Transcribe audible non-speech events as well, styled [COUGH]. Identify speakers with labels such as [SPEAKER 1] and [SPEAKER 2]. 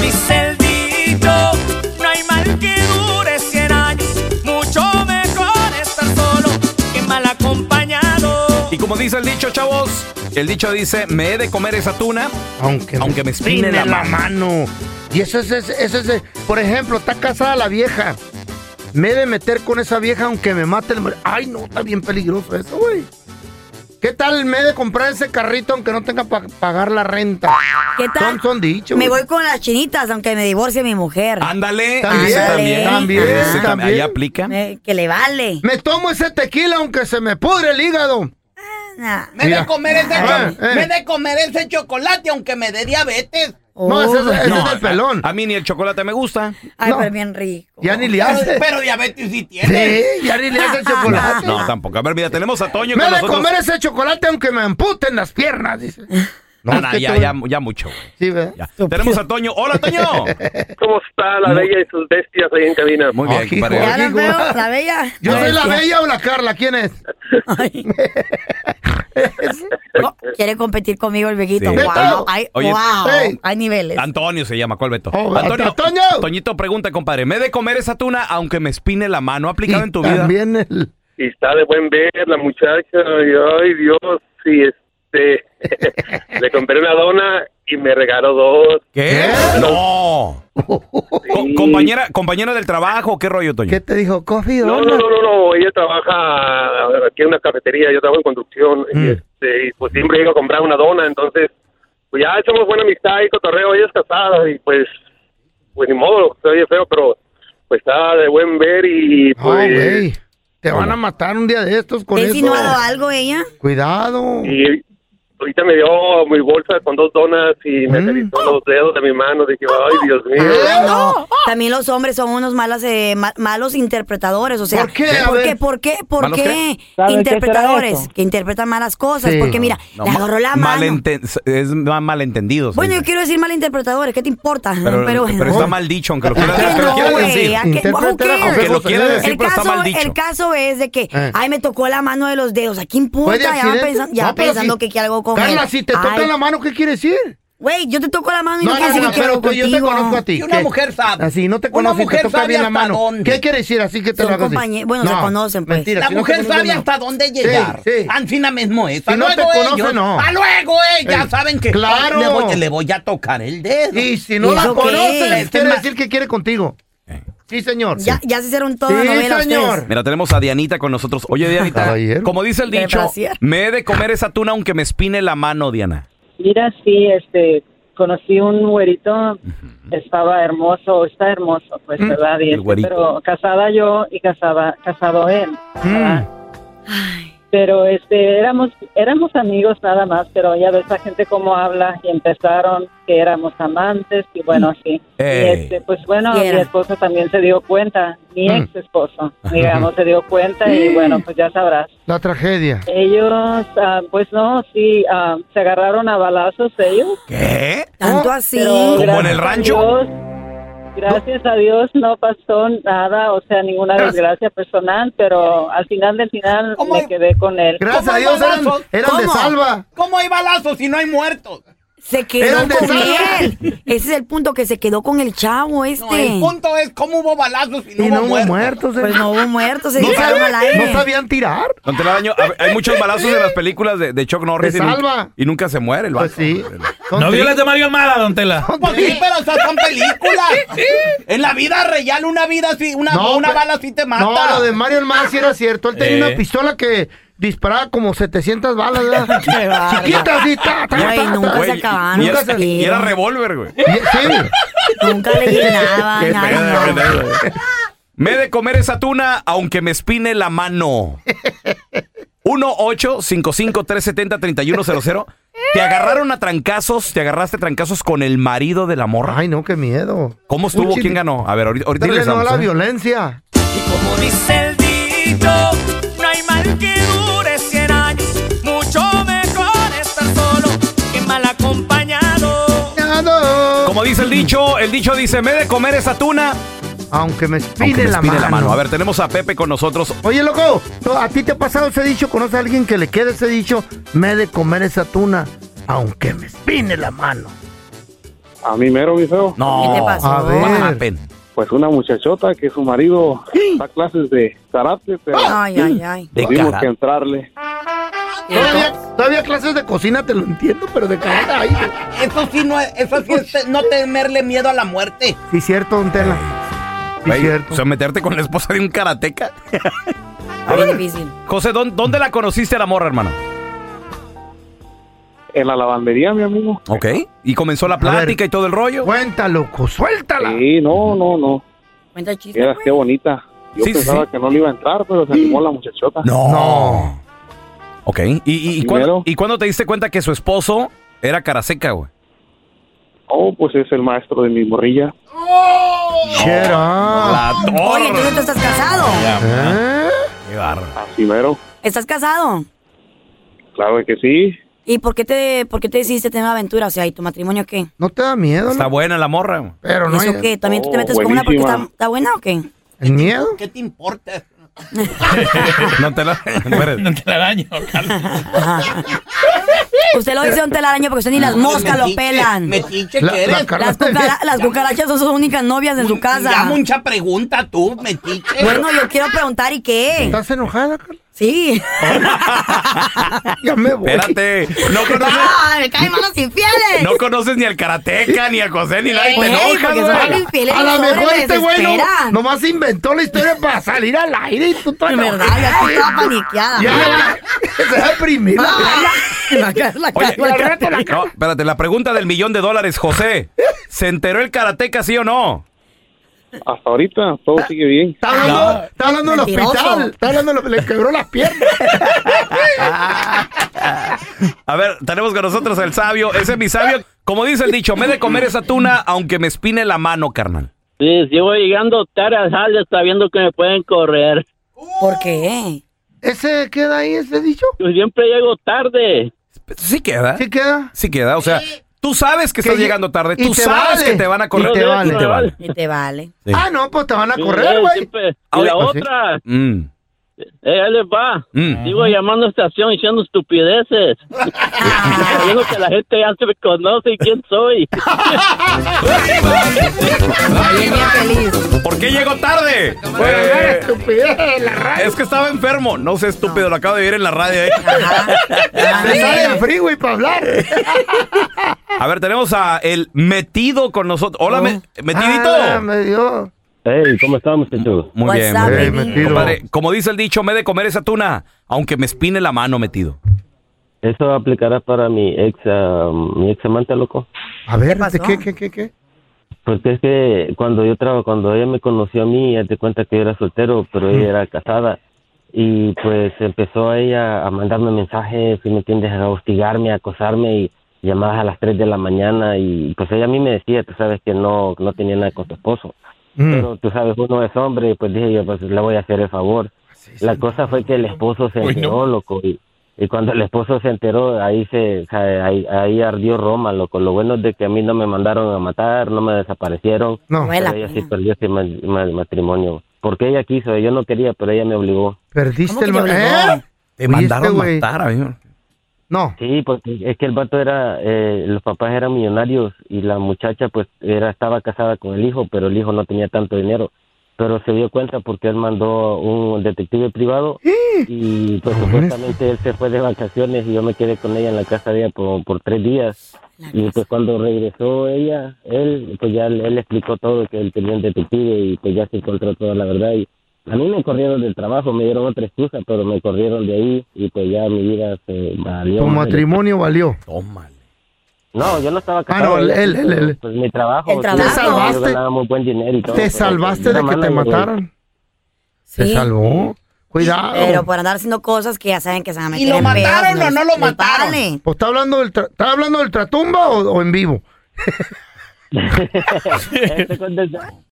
[SPEAKER 1] mi celdito. No hay mal que dure 100 años, mucho mejor estar solo que mal acompañado.
[SPEAKER 2] Y como dice el dicho, chavos, el dicho dice, me he de comer esa tuna.
[SPEAKER 3] Aunque,
[SPEAKER 2] Aunque me espine la
[SPEAKER 3] mano. Y eso es, es- eso es, de- por ejemplo, está casada la vieja. Me he de meter con esa vieja aunque me mate el mar- Ay, no, está bien peligroso eso, güey. ¿Qué tal me he de comprar ese carrito aunque no tenga para pagar la renta?
[SPEAKER 4] ¿Qué tal?
[SPEAKER 3] Son, son dichos.
[SPEAKER 4] Me
[SPEAKER 3] güey.
[SPEAKER 4] voy con las chinitas, aunque me divorcie mi mujer.
[SPEAKER 3] Ah,
[SPEAKER 2] Ándale,
[SPEAKER 3] También,
[SPEAKER 2] ese también.
[SPEAKER 3] también,
[SPEAKER 2] Ese tam-
[SPEAKER 3] también.
[SPEAKER 2] Ahí aplica.
[SPEAKER 4] Me- Eh, que le vale.
[SPEAKER 3] Me tomo ese tequila aunque se me pudre el hígado.
[SPEAKER 4] Nah.
[SPEAKER 5] Me he
[SPEAKER 3] Mira.
[SPEAKER 5] de comer ese,
[SPEAKER 3] Ah,
[SPEAKER 5] cho-
[SPEAKER 3] eh.
[SPEAKER 5] me he de comer ese chocolate aunque me dé diabetes.
[SPEAKER 3] No, ese,
[SPEAKER 4] Oh.
[SPEAKER 3] es- ese
[SPEAKER 2] No,
[SPEAKER 3] es el pelón.
[SPEAKER 2] A, a mí ni el chocolate me gusta.
[SPEAKER 4] Ay,
[SPEAKER 3] no.
[SPEAKER 4] pero bien rico.
[SPEAKER 3] Ya ni le
[SPEAKER 5] Pero,
[SPEAKER 2] [LAUGHS]
[SPEAKER 3] hace.
[SPEAKER 5] pero diabetes sí tiene.
[SPEAKER 3] Sí, ya ni le hace el chocolate.
[SPEAKER 2] No, tampoco. A ver, mira, tenemos a Toño
[SPEAKER 3] Ah. Me
[SPEAKER 2] con
[SPEAKER 3] he de
[SPEAKER 2] nosotros.
[SPEAKER 3] comer ese chocolate aunque me amputen las piernas, dice.
[SPEAKER 2] [LAUGHS] No, Ah, no,
[SPEAKER 3] es que
[SPEAKER 2] ya,
[SPEAKER 3] tú-
[SPEAKER 2] ya, ya mucho. güey.
[SPEAKER 3] Sí, ¿verdad?
[SPEAKER 2] Ya. Tenemos a Toño.
[SPEAKER 3] [LAUGHS]
[SPEAKER 2] ¡Hola, Toño!
[SPEAKER 6] ¿Cómo está la bella y sus bestias ahí en cabina?
[SPEAKER 2] Muy
[SPEAKER 3] Ah,
[SPEAKER 2] bien,
[SPEAKER 3] hijo.
[SPEAKER 2] compadre.
[SPEAKER 4] Ya la
[SPEAKER 3] Digo,
[SPEAKER 4] veo, la bella.
[SPEAKER 3] ¿Yo
[SPEAKER 4] A
[SPEAKER 3] soy
[SPEAKER 4] ver,
[SPEAKER 3] la
[SPEAKER 4] sí.
[SPEAKER 3] bella o la Carla? ¿Quién es?
[SPEAKER 4] Ay. No, Oh, quiere competir conmigo el viejito.
[SPEAKER 2] Sí.
[SPEAKER 4] Wow.
[SPEAKER 3] Beto.
[SPEAKER 4] Ay,
[SPEAKER 2] Oye,
[SPEAKER 4] wow.
[SPEAKER 3] ey.
[SPEAKER 4] Hay niveles.
[SPEAKER 2] Antonio se llama, ¿cuál Beto?
[SPEAKER 3] Oh,
[SPEAKER 2] Antonio.
[SPEAKER 3] Antonio.
[SPEAKER 2] Toñito pregunta, compadre. ¿Me he de comer esa tuna aunque me espine la mano? ¿Ha aplicado
[SPEAKER 3] Y
[SPEAKER 2] en tu vida?
[SPEAKER 3] También el...
[SPEAKER 6] Y está de buen ver la muchacha. y, ay, Dios, sí, este. [LAUGHS] le compré una dona y me regaló dos.
[SPEAKER 2] ¿Qué? No. Co-
[SPEAKER 6] Sí.
[SPEAKER 2] compañera, compañera del trabajo, ¿qué rollo, Toño?
[SPEAKER 3] ¿Qué te dijo? ¿Coffee?
[SPEAKER 6] No,
[SPEAKER 3] dona?
[SPEAKER 6] no, no, no, no, ella trabaja aquí en una cafetería, yo trabajo en construcción. Y,
[SPEAKER 2] Mm.
[SPEAKER 6] este, y, pues siempre llego a comprar una dona, entonces. Pues ya somos buena amistad y cotorreo, ella es casada y pues. Pues ni modo, se oye feo, pero. Pues está de buen ver y
[SPEAKER 3] No,
[SPEAKER 6] pues.
[SPEAKER 3] güey. Te van a matar un día de estos con
[SPEAKER 4] ¿Te ha
[SPEAKER 3] eso.
[SPEAKER 4] insinuado algo ella?
[SPEAKER 3] Cuidado.
[SPEAKER 6] Y ahorita me dio mi bolsa con dos donas y me
[SPEAKER 3] Mm.
[SPEAKER 6] acarició los dedos de mi mano. Dije, ay, Dios mío.
[SPEAKER 3] Ah,
[SPEAKER 4] No, también los hombres son unos malas, eh, ma- malos interpretadores, o sea,
[SPEAKER 3] ¿Por qué? A
[SPEAKER 4] ¿Por
[SPEAKER 3] ver.
[SPEAKER 4] qué? ¿Por qué? ¿Por
[SPEAKER 2] ¿Malos
[SPEAKER 4] qué?
[SPEAKER 7] ¿Sabe qué
[SPEAKER 4] Interpretadores
[SPEAKER 7] será eso?
[SPEAKER 4] que interpretan malas cosas,
[SPEAKER 3] Sí.
[SPEAKER 4] porque mira,
[SPEAKER 2] No,
[SPEAKER 4] le
[SPEAKER 2] ma-
[SPEAKER 4] agarró la mano.
[SPEAKER 2] malenten- es ma- malentendido.
[SPEAKER 4] Bueno, yo
[SPEAKER 2] señor.
[SPEAKER 4] quiero decir malinterpretadores, ¿qué te importa?
[SPEAKER 2] pero, pero,
[SPEAKER 4] bueno.
[SPEAKER 2] está mal dicho, aunque lo
[SPEAKER 4] ¿A
[SPEAKER 2] quieras
[SPEAKER 4] qué
[SPEAKER 2] aunque lo
[SPEAKER 4] no,
[SPEAKER 2] quieras
[SPEAKER 4] güey?
[SPEAKER 2] decir.
[SPEAKER 4] ¿A qué- who
[SPEAKER 3] Interpreta
[SPEAKER 4] cares?
[SPEAKER 3] las
[SPEAKER 2] Aunque lo
[SPEAKER 3] cosas,
[SPEAKER 2] quiera
[SPEAKER 3] eh.
[SPEAKER 2] decir.
[SPEAKER 4] El
[SPEAKER 2] Siempre está
[SPEAKER 4] caso,
[SPEAKER 2] mal dicho.
[SPEAKER 4] el caso es de que,
[SPEAKER 3] Eh.
[SPEAKER 4] ay, me tocó la mano de los dedos. ¿A quién
[SPEAKER 3] ¿Fue de
[SPEAKER 4] importa? Ya van
[SPEAKER 3] accidente?
[SPEAKER 4] pensando, ya
[SPEAKER 3] No, pero
[SPEAKER 4] pensando
[SPEAKER 3] si-
[SPEAKER 4] que quiere algo con
[SPEAKER 3] Carla,
[SPEAKER 4] él.
[SPEAKER 3] si te
[SPEAKER 4] Ay,
[SPEAKER 3] tocan la mano, ¿qué quiere decir?
[SPEAKER 4] Güey, yo te toco la mano y no,
[SPEAKER 3] No, no,
[SPEAKER 4] quiere
[SPEAKER 3] no,
[SPEAKER 4] decir que quiero
[SPEAKER 3] pero tú- yo te
[SPEAKER 4] contigo.
[SPEAKER 3] conozco a ti.
[SPEAKER 5] Si una
[SPEAKER 3] ¿qué?
[SPEAKER 5] mujer sabe.
[SPEAKER 3] Así, no te
[SPEAKER 5] Una
[SPEAKER 3] conoces,
[SPEAKER 5] mujer
[SPEAKER 3] te toca
[SPEAKER 5] sabe
[SPEAKER 3] bien la
[SPEAKER 5] hasta
[SPEAKER 3] mano.
[SPEAKER 5] dónde.
[SPEAKER 3] ¿Qué quiere decir así que te
[SPEAKER 4] Son
[SPEAKER 3] lo hagas así?
[SPEAKER 4] compañe- bueno, se conocen, pues.
[SPEAKER 3] mentira,
[SPEAKER 5] La
[SPEAKER 3] si no
[SPEAKER 5] mujer
[SPEAKER 3] te
[SPEAKER 5] sabe
[SPEAKER 3] conoces, no.
[SPEAKER 5] hasta dónde llegar.
[SPEAKER 3] sí.
[SPEAKER 5] Anfina mismo es. A
[SPEAKER 3] Si no te
[SPEAKER 5] luego
[SPEAKER 3] conoce,
[SPEAKER 5] ellos-
[SPEAKER 3] no.
[SPEAKER 5] A luego ellas
[SPEAKER 3] Eh,
[SPEAKER 5] saben que
[SPEAKER 3] claro.
[SPEAKER 5] le, voy, le voy a tocar el dedo.
[SPEAKER 3] Y si no
[SPEAKER 4] ¿Y
[SPEAKER 3] la
[SPEAKER 4] eso qué?
[SPEAKER 3] conoces,
[SPEAKER 5] Este
[SPEAKER 3] quiere
[SPEAKER 5] ma-
[SPEAKER 3] decir que quiere contigo. Sí, señor.
[SPEAKER 4] Ya, ya se hicieron toda
[SPEAKER 3] Sí,
[SPEAKER 4] novela
[SPEAKER 3] señor.
[SPEAKER 4] ustedes.
[SPEAKER 2] Mira, tenemos a Dianita con nosotros. Oye,
[SPEAKER 3] [LAUGHS]
[SPEAKER 2] Dianita,
[SPEAKER 3] Caballero.
[SPEAKER 2] como dice el
[SPEAKER 4] De
[SPEAKER 2] dicho,
[SPEAKER 4] brasier.
[SPEAKER 2] me he de comer esa tuna aunque me espine la mano, Diana.
[SPEAKER 7] Mira, sí, este, conocí un güerito, estaba hermoso, está hermoso, pues, ¿verdad? Y
[SPEAKER 2] el
[SPEAKER 7] este,
[SPEAKER 2] güerito.
[SPEAKER 7] pero casada yo y casada, casado él.
[SPEAKER 2] Mm.
[SPEAKER 7] ¿verdad? Pero este, éramos, éramos amigos nada más, pero ya ves la gente cómo habla y empezaron que éramos amantes y bueno, sí. Y,
[SPEAKER 2] Mm. Ey.
[SPEAKER 7] este, pues bueno,
[SPEAKER 4] Y era.
[SPEAKER 7] mi esposo también se dio cuenta, mi
[SPEAKER 3] Mm.
[SPEAKER 7] ex esposo, digamos, se dio cuenta y bueno, pues ya sabrás.
[SPEAKER 3] La tragedia.
[SPEAKER 7] Ellos, ah, pues no, sí, ah, se agarraron a balazos ellos.
[SPEAKER 2] ¿Qué?
[SPEAKER 4] Tanto
[SPEAKER 3] Oh,
[SPEAKER 4] así.
[SPEAKER 7] pero
[SPEAKER 2] ¿Como en
[SPEAKER 7] gracias
[SPEAKER 2] el
[SPEAKER 7] a
[SPEAKER 2] rancho?
[SPEAKER 7] Dios, gracias a Dios no pasó nada, o sea, ninguna desgracia personal, pero al final del final
[SPEAKER 2] Oh
[SPEAKER 5] ¿Cómo?
[SPEAKER 7] me quedé con él.
[SPEAKER 3] Gracias
[SPEAKER 5] ¿Cómo
[SPEAKER 3] a Dios eran,
[SPEAKER 5] balazos?
[SPEAKER 3] eran de
[SPEAKER 4] ¿Cómo?
[SPEAKER 3] salva.
[SPEAKER 5] ¿Cómo hay balazos si no hay muertos?
[SPEAKER 4] Se quedó
[SPEAKER 3] Eran de
[SPEAKER 4] con
[SPEAKER 3] Sara.
[SPEAKER 4] él. Ese es el punto que se quedó con el chavo
[SPEAKER 5] No,
[SPEAKER 4] este.
[SPEAKER 5] el punto es cómo hubo balazos si no
[SPEAKER 3] Y
[SPEAKER 5] hubo
[SPEAKER 3] no hubo
[SPEAKER 5] muertos.
[SPEAKER 3] muertos. eh.
[SPEAKER 4] pues no hubo muertos, se
[SPEAKER 3] ¿No,
[SPEAKER 4] dijeron
[SPEAKER 3] sabían,
[SPEAKER 4] al aire.
[SPEAKER 3] no sabían tirar.
[SPEAKER 2] Don Telaraño, a ver, hay muchos balazos en las películas de, de Chuck Norris.
[SPEAKER 3] Te
[SPEAKER 2] y nunca-
[SPEAKER 3] salva.
[SPEAKER 2] Y, nunca se muere el
[SPEAKER 3] Pues
[SPEAKER 2] vato.
[SPEAKER 3] sí. Son
[SPEAKER 8] No vio
[SPEAKER 3] tri-
[SPEAKER 8] las de Mario Almada, don Tela.
[SPEAKER 5] Pues sí, pero esas son películas. En la vida real, una vida así, una, una
[SPEAKER 3] pe-
[SPEAKER 5] bala así te mata.
[SPEAKER 3] No, lo de Mario Almada sí era cierto. Él tenía
[SPEAKER 8] Eh.
[SPEAKER 3] una pistola que disparaba como 700 balas, ¿verdad?
[SPEAKER 5] [LAUGHS]
[SPEAKER 3] Chiquita así, ta, ta, ta, [LAUGHS]
[SPEAKER 4] Güey,
[SPEAKER 3] ta.
[SPEAKER 4] nunca
[SPEAKER 2] Güey,
[SPEAKER 4] se
[SPEAKER 2] y-
[SPEAKER 4] acabaron.
[SPEAKER 2] Y, era-
[SPEAKER 4] los
[SPEAKER 2] y era
[SPEAKER 4] tiros.
[SPEAKER 2] revólver, güey.
[SPEAKER 3] Y- Sí.
[SPEAKER 4] Nunca le llenaban.
[SPEAKER 2] [LAUGHS] Qué
[SPEAKER 4] ay,
[SPEAKER 2] pedo,
[SPEAKER 4] no.
[SPEAKER 2] qué pedo, güey. Me he de comer esa tuna aunque me espine la mano. 1-855-370-3100. Te agarraron a trancazos, te agarraste a trancazos con el marido de la morra.
[SPEAKER 3] Ay, no, qué miedo.
[SPEAKER 2] ¿Cómo estuvo?
[SPEAKER 3] Un chiste-
[SPEAKER 2] ¿Quién ganó? A ver, ahorita, ahorita
[SPEAKER 3] Dile no a
[SPEAKER 2] regresamos,
[SPEAKER 3] la
[SPEAKER 2] ¿eh?
[SPEAKER 3] violencia.
[SPEAKER 1] Y como dice el dicho, no hay mal que dure 100 años, mucho mejor estar solo que mal acompañado.
[SPEAKER 2] Como dice el dicho, el dicho dice, me he de comer esa tuna.
[SPEAKER 3] Aunque me espine,
[SPEAKER 2] Aunque me
[SPEAKER 3] la,
[SPEAKER 2] espine
[SPEAKER 3] mano.
[SPEAKER 2] la mano. A ver, tenemos a Pepe con nosotros.
[SPEAKER 3] Oye, loco, ¿tú- ¿a ti te ha pasado ese dicho? ¿Conoces a alguien que le quede ese dicho? Me he de comer esa tuna, aunque me espine la mano.
[SPEAKER 8] A mí mero, mi feo.
[SPEAKER 2] No.
[SPEAKER 4] ¿Qué te pasó?
[SPEAKER 3] a ver.
[SPEAKER 2] What happened?
[SPEAKER 8] Pues una muchachota que su marido da clases de karate, pero
[SPEAKER 4] Ay, ay, ay.
[SPEAKER 2] De
[SPEAKER 8] tuvimos
[SPEAKER 2] cara.
[SPEAKER 8] que entrarle.
[SPEAKER 3] Todavía, todavía clases de cocina te lo entiendo, pero de cara. Ay, de-
[SPEAKER 5] Eso sí, no, es- eso sí es te- no temerle miedo a la muerte.
[SPEAKER 3] sí, cierto, don Tela. Sí,
[SPEAKER 2] Güey,
[SPEAKER 3] cierto.
[SPEAKER 2] O sea, meterte con la esposa de
[SPEAKER 3] [LAUGHS]
[SPEAKER 2] un karateca.
[SPEAKER 4] Muy difícil.
[SPEAKER 2] José, ¿dón- ¿dónde la conociste a la morra, hermano?
[SPEAKER 8] En la lavandería, mi amigo.
[SPEAKER 2] Ok. Y comenzó la
[SPEAKER 3] ver.
[SPEAKER 2] plática y todo el rollo.
[SPEAKER 3] Cuenta, loco, suéltala.
[SPEAKER 8] Sí, no, no, no.
[SPEAKER 4] Cuenta chiste.
[SPEAKER 8] Era qué bonita. Yo
[SPEAKER 2] Sí, sí,
[SPEAKER 8] pensaba
[SPEAKER 2] sí.
[SPEAKER 8] que no le iba a entrar, pero se animó la muchachota.
[SPEAKER 2] No. Ok. ¿Y, y, y cuándo,
[SPEAKER 8] Primero.
[SPEAKER 2] ¿Y cuándo te diste cuenta que su esposo era karateca, güey?
[SPEAKER 8] Oh, pues es el maestro de mi morrilla.
[SPEAKER 3] Shut up.
[SPEAKER 2] La
[SPEAKER 4] Oye,
[SPEAKER 2] torre.
[SPEAKER 4] entonces tú estás casado.
[SPEAKER 3] Ah. ¿Eh?
[SPEAKER 2] Qué bárbaro.
[SPEAKER 8] Así mero.
[SPEAKER 4] ¿Estás casado?
[SPEAKER 8] Claro que sí.
[SPEAKER 4] ¿Y por qué te, por qué te decidiste tener una aventura? O sea, ¿y tu matrimonio qué?
[SPEAKER 3] ¿No te da miedo?
[SPEAKER 2] Está
[SPEAKER 3] no?
[SPEAKER 2] buena la morra. güey.
[SPEAKER 3] Pero
[SPEAKER 4] ¿Y
[SPEAKER 3] no
[SPEAKER 4] eso
[SPEAKER 3] hay-
[SPEAKER 4] qué? ¿También tú te
[SPEAKER 8] Oh,
[SPEAKER 4] metes con una porque está,
[SPEAKER 8] buenísima.
[SPEAKER 4] está buena o qué?
[SPEAKER 3] ¿El miedo?
[SPEAKER 5] ¿Qué te importa?
[SPEAKER 2] No te la.
[SPEAKER 3] [LAUGHS]
[SPEAKER 9] No te la daño.
[SPEAKER 4] Usted lo dice don telaraño porque usted ni las moscas lo
[SPEAKER 5] Metiche,
[SPEAKER 4] pelan.
[SPEAKER 5] Metiche
[SPEAKER 3] La-
[SPEAKER 5] que
[SPEAKER 3] la
[SPEAKER 5] eres.
[SPEAKER 3] ca-
[SPEAKER 4] Las, cucara- las cucarachas son sus únicas novias en su
[SPEAKER 5] Ya
[SPEAKER 4] casa.
[SPEAKER 5] mucha pregunta tú, metiche.
[SPEAKER 4] Bueno, yo quiero preguntar, ¿y qué?
[SPEAKER 3] ¿Estás enojada, Carla?
[SPEAKER 4] Sí.
[SPEAKER 3] Ya me voy.
[SPEAKER 2] Espérate. No conoces,
[SPEAKER 4] ¡Ah, me caen malos infieles!
[SPEAKER 2] no conoces ni al karateca, ni a José, ni nadie. Te
[SPEAKER 3] Eh,
[SPEAKER 4] Ey,
[SPEAKER 2] enojas,
[SPEAKER 4] porque son
[SPEAKER 2] güey.
[SPEAKER 4] bien infieles
[SPEAKER 3] A
[SPEAKER 4] y
[SPEAKER 3] lo
[SPEAKER 4] sobre
[SPEAKER 3] mejor
[SPEAKER 4] me
[SPEAKER 3] este güey no-
[SPEAKER 4] desesperan.
[SPEAKER 3] nomás inventó la historia para salir al aire y tú
[SPEAKER 4] En
[SPEAKER 3] todavía-
[SPEAKER 4] verdad, ya estoy toda paniqueada.
[SPEAKER 3] Ya, ya, [LAUGHS] se va a imprimir.
[SPEAKER 4] La cara, la
[SPEAKER 2] Oye,
[SPEAKER 4] cara, la cara.
[SPEAKER 2] no, espérate, la pregunta del millón de dólares, José. ¿Se enteró el karateca, sí o no?
[SPEAKER 8] Hasta ahorita todo sigue bien.
[SPEAKER 3] Está hablando, está hablando del
[SPEAKER 4] Mentiroso.
[SPEAKER 3] hospital. Está hablando, de lo- le quebró las piernas.
[SPEAKER 2] A ver, tenemos con nosotros al sabio. Ese es mi sabio. Como dice el dicho, me he de comer esa tuna aunque me espine la mano, carnal.
[SPEAKER 10] Sí, llevo llegando tarde al jale sabiendo que me pueden correr. [LAUGHS]
[SPEAKER 4] ¿Por qué?
[SPEAKER 3] ¿Ese queda ahí, ese dicho?
[SPEAKER 10] Yo siempre llego tarde.
[SPEAKER 2] Sí queda.
[SPEAKER 3] ¿Sí queda?
[SPEAKER 2] Sí queda. O sea, tú sabes que
[SPEAKER 3] Que
[SPEAKER 2] estás
[SPEAKER 3] ya-
[SPEAKER 2] llegando tarde.
[SPEAKER 3] y
[SPEAKER 2] Tú
[SPEAKER 3] te
[SPEAKER 2] sabes
[SPEAKER 3] vale.
[SPEAKER 2] que te van a correr.
[SPEAKER 3] Y te vale.
[SPEAKER 2] Te vale.
[SPEAKER 4] Y te vale.
[SPEAKER 2] Sí.
[SPEAKER 3] Ah, no, pues te van a
[SPEAKER 10] Yo
[SPEAKER 3] correr,
[SPEAKER 10] llego
[SPEAKER 3] güey.
[SPEAKER 10] siempre.
[SPEAKER 2] Ah,
[SPEAKER 10] Y la
[SPEAKER 2] pues
[SPEAKER 3] sí.
[SPEAKER 10] otra,
[SPEAKER 2] Mm,
[SPEAKER 10] eh, ahí les va.
[SPEAKER 2] mm.
[SPEAKER 10] Sigo llamando a estación
[SPEAKER 2] [LAUGHS]
[SPEAKER 10] diciendo estupideces. [LAUGHS] Sabiendo que la gente ya se me conoce y quién soy.
[SPEAKER 4] Bien, bien feliz.
[SPEAKER 2] ¿Por qué llegó tarde?
[SPEAKER 3] Bueno,
[SPEAKER 2] Eh,
[SPEAKER 3] era estupidez de la radio.
[SPEAKER 2] es que estaba enfermo. No sé, estúpido, lo acabo de ver en la radio. eh.
[SPEAKER 4] [LAUGHS] Ajá.
[SPEAKER 3] Me sale
[SPEAKER 4] Ajá.
[SPEAKER 3] el freeway para hablar.
[SPEAKER 2] A ver, tenemos a el metido con nosotros. Hola, me- metidito.
[SPEAKER 3] Ah, me dio.
[SPEAKER 10] Hey, ¿cómo estamos, muchachos?
[SPEAKER 2] Muy bien,
[SPEAKER 4] What's
[SPEAKER 2] muy
[SPEAKER 4] up,
[SPEAKER 2] bien.
[SPEAKER 3] Eh,
[SPEAKER 4] baby?
[SPEAKER 3] metido.
[SPEAKER 2] Compadre, como dice el dicho, me he de comer esa tuna, aunque me espine la mano metido.
[SPEAKER 10] Eso aplicará para mi ex, um, mi ex amante, loco.
[SPEAKER 3] A ver, ¿de
[SPEAKER 4] pasó?
[SPEAKER 3] ¿qué, qué, qué, qué?
[SPEAKER 10] Porque es que cuando yo traba, cuando ella me conoció a mí, ella te cuenta que yo era soltero, pero ella era casada. Y pues empezó ella a mandarme mensajes, si me entiendes, a hostigarme, a acosarme y llamadas a las 3 de la mañana. Y pues ella a mí me decía, tú sabes que no, no tenía nada con tu esposo.
[SPEAKER 4] Mm.
[SPEAKER 3] Mm,
[SPEAKER 10] Pero tú sabes, uno es hombre, y pues dije yo, pues le voy a hacer el favor. La cosa fue que el esposo se enteró, loco, y, y cuando el esposo se enteró, ahí se, o sea, ahí, ahí ardió Roma, loco. Lo bueno es de que a mí no me mandaron a matar, no me desaparecieron,
[SPEAKER 3] No,
[SPEAKER 4] Vale la
[SPEAKER 10] pero ella sí
[SPEAKER 4] pena.
[SPEAKER 10] perdió ese ma- ma- matrimonio. Porque ella quiso, yo no quería, pero ella me obligó.
[SPEAKER 3] perdiste
[SPEAKER 4] ¿Cómo
[SPEAKER 3] el.
[SPEAKER 4] que te obligó?
[SPEAKER 3] ¿Eh?
[SPEAKER 2] Te
[SPEAKER 3] Oye,
[SPEAKER 2] mandaron
[SPEAKER 3] este güey.
[SPEAKER 2] matar, amigo.
[SPEAKER 3] No.
[SPEAKER 10] Sí, porque es que el vato era, eh, los papás eran millonarios y la muchacha pues era estaba casada con el hijo, pero el hijo no tenía tanto dinero. Pero se dio cuenta porque él mandó un detective privado y pues supuestamente él se fue de vacaciones y yo me quedé con ella en la casa de ella por, por tres días. Y pues cuando regresó ella, él, pues ya él, él explicó todo que él tenía un detective y pues ya se encontró toda la verdad. Y a mí me corrieron del trabajo, me dieron otra excusa, pero me corrieron de ahí y pues ya mi vida se valió.
[SPEAKER 3] Tu
[SPEAKER 10] madre.
[SPEAKER 3] matrimonio valió.
[SPEAKER 2] Tómale.
[SPEAKER 10] No, yo no estaba
[SPEAKER 3] no,
[SPEAKER 10] casado.
[SPEAKER 3] él-
[SPEAKER 10] yo-
[SPEAKER 3] él- él- él.
[SPEAKER 10] Pues mi trabajo.
[SPEAKER 4] El
[SPEAKER 10] sí,
[SPEAKER 4] trabajo.
[SPEAKER 10] yo
[SPEAKER 3] salvaste.
[SPEAKER 10] ganaba muy buen dinero y todo,
[SPEAKER 3] Te
[SPEAKER 10] pero,
[SPEAKER 3] salvaste
[SPEAKER 10] pues,
[SPEAKER 3] de
[SPEAKER 10] era
[SPEAKER 3] que te
[SPEAKER 10] manager, güey.
[SPEAKER 3] mataron. Te
[SPEAKER 4] Sí.
[SPEAKER 3] salvó. Cuidado.
[SPEAKER 4] Pero pues, por andar haciendo cosas que ya saben que se van a meter
[SPEAKER 5] ¿Y lo
[SPEAKER 4] en pedos,
[SPEAKER 5] mataron o
[SPEAKER 4] les-
[SPEAKER 5] no lo
[SPEAKER 4] les
[SPEAKER 5] mataron?
[SPEAKER 4] vale.
[SPEAKER 3] ¿O Pues, está hablando del tra- está hablando del tratumba o, o en vivo?
[SPEAKER 10] [LAUGHS] Este con-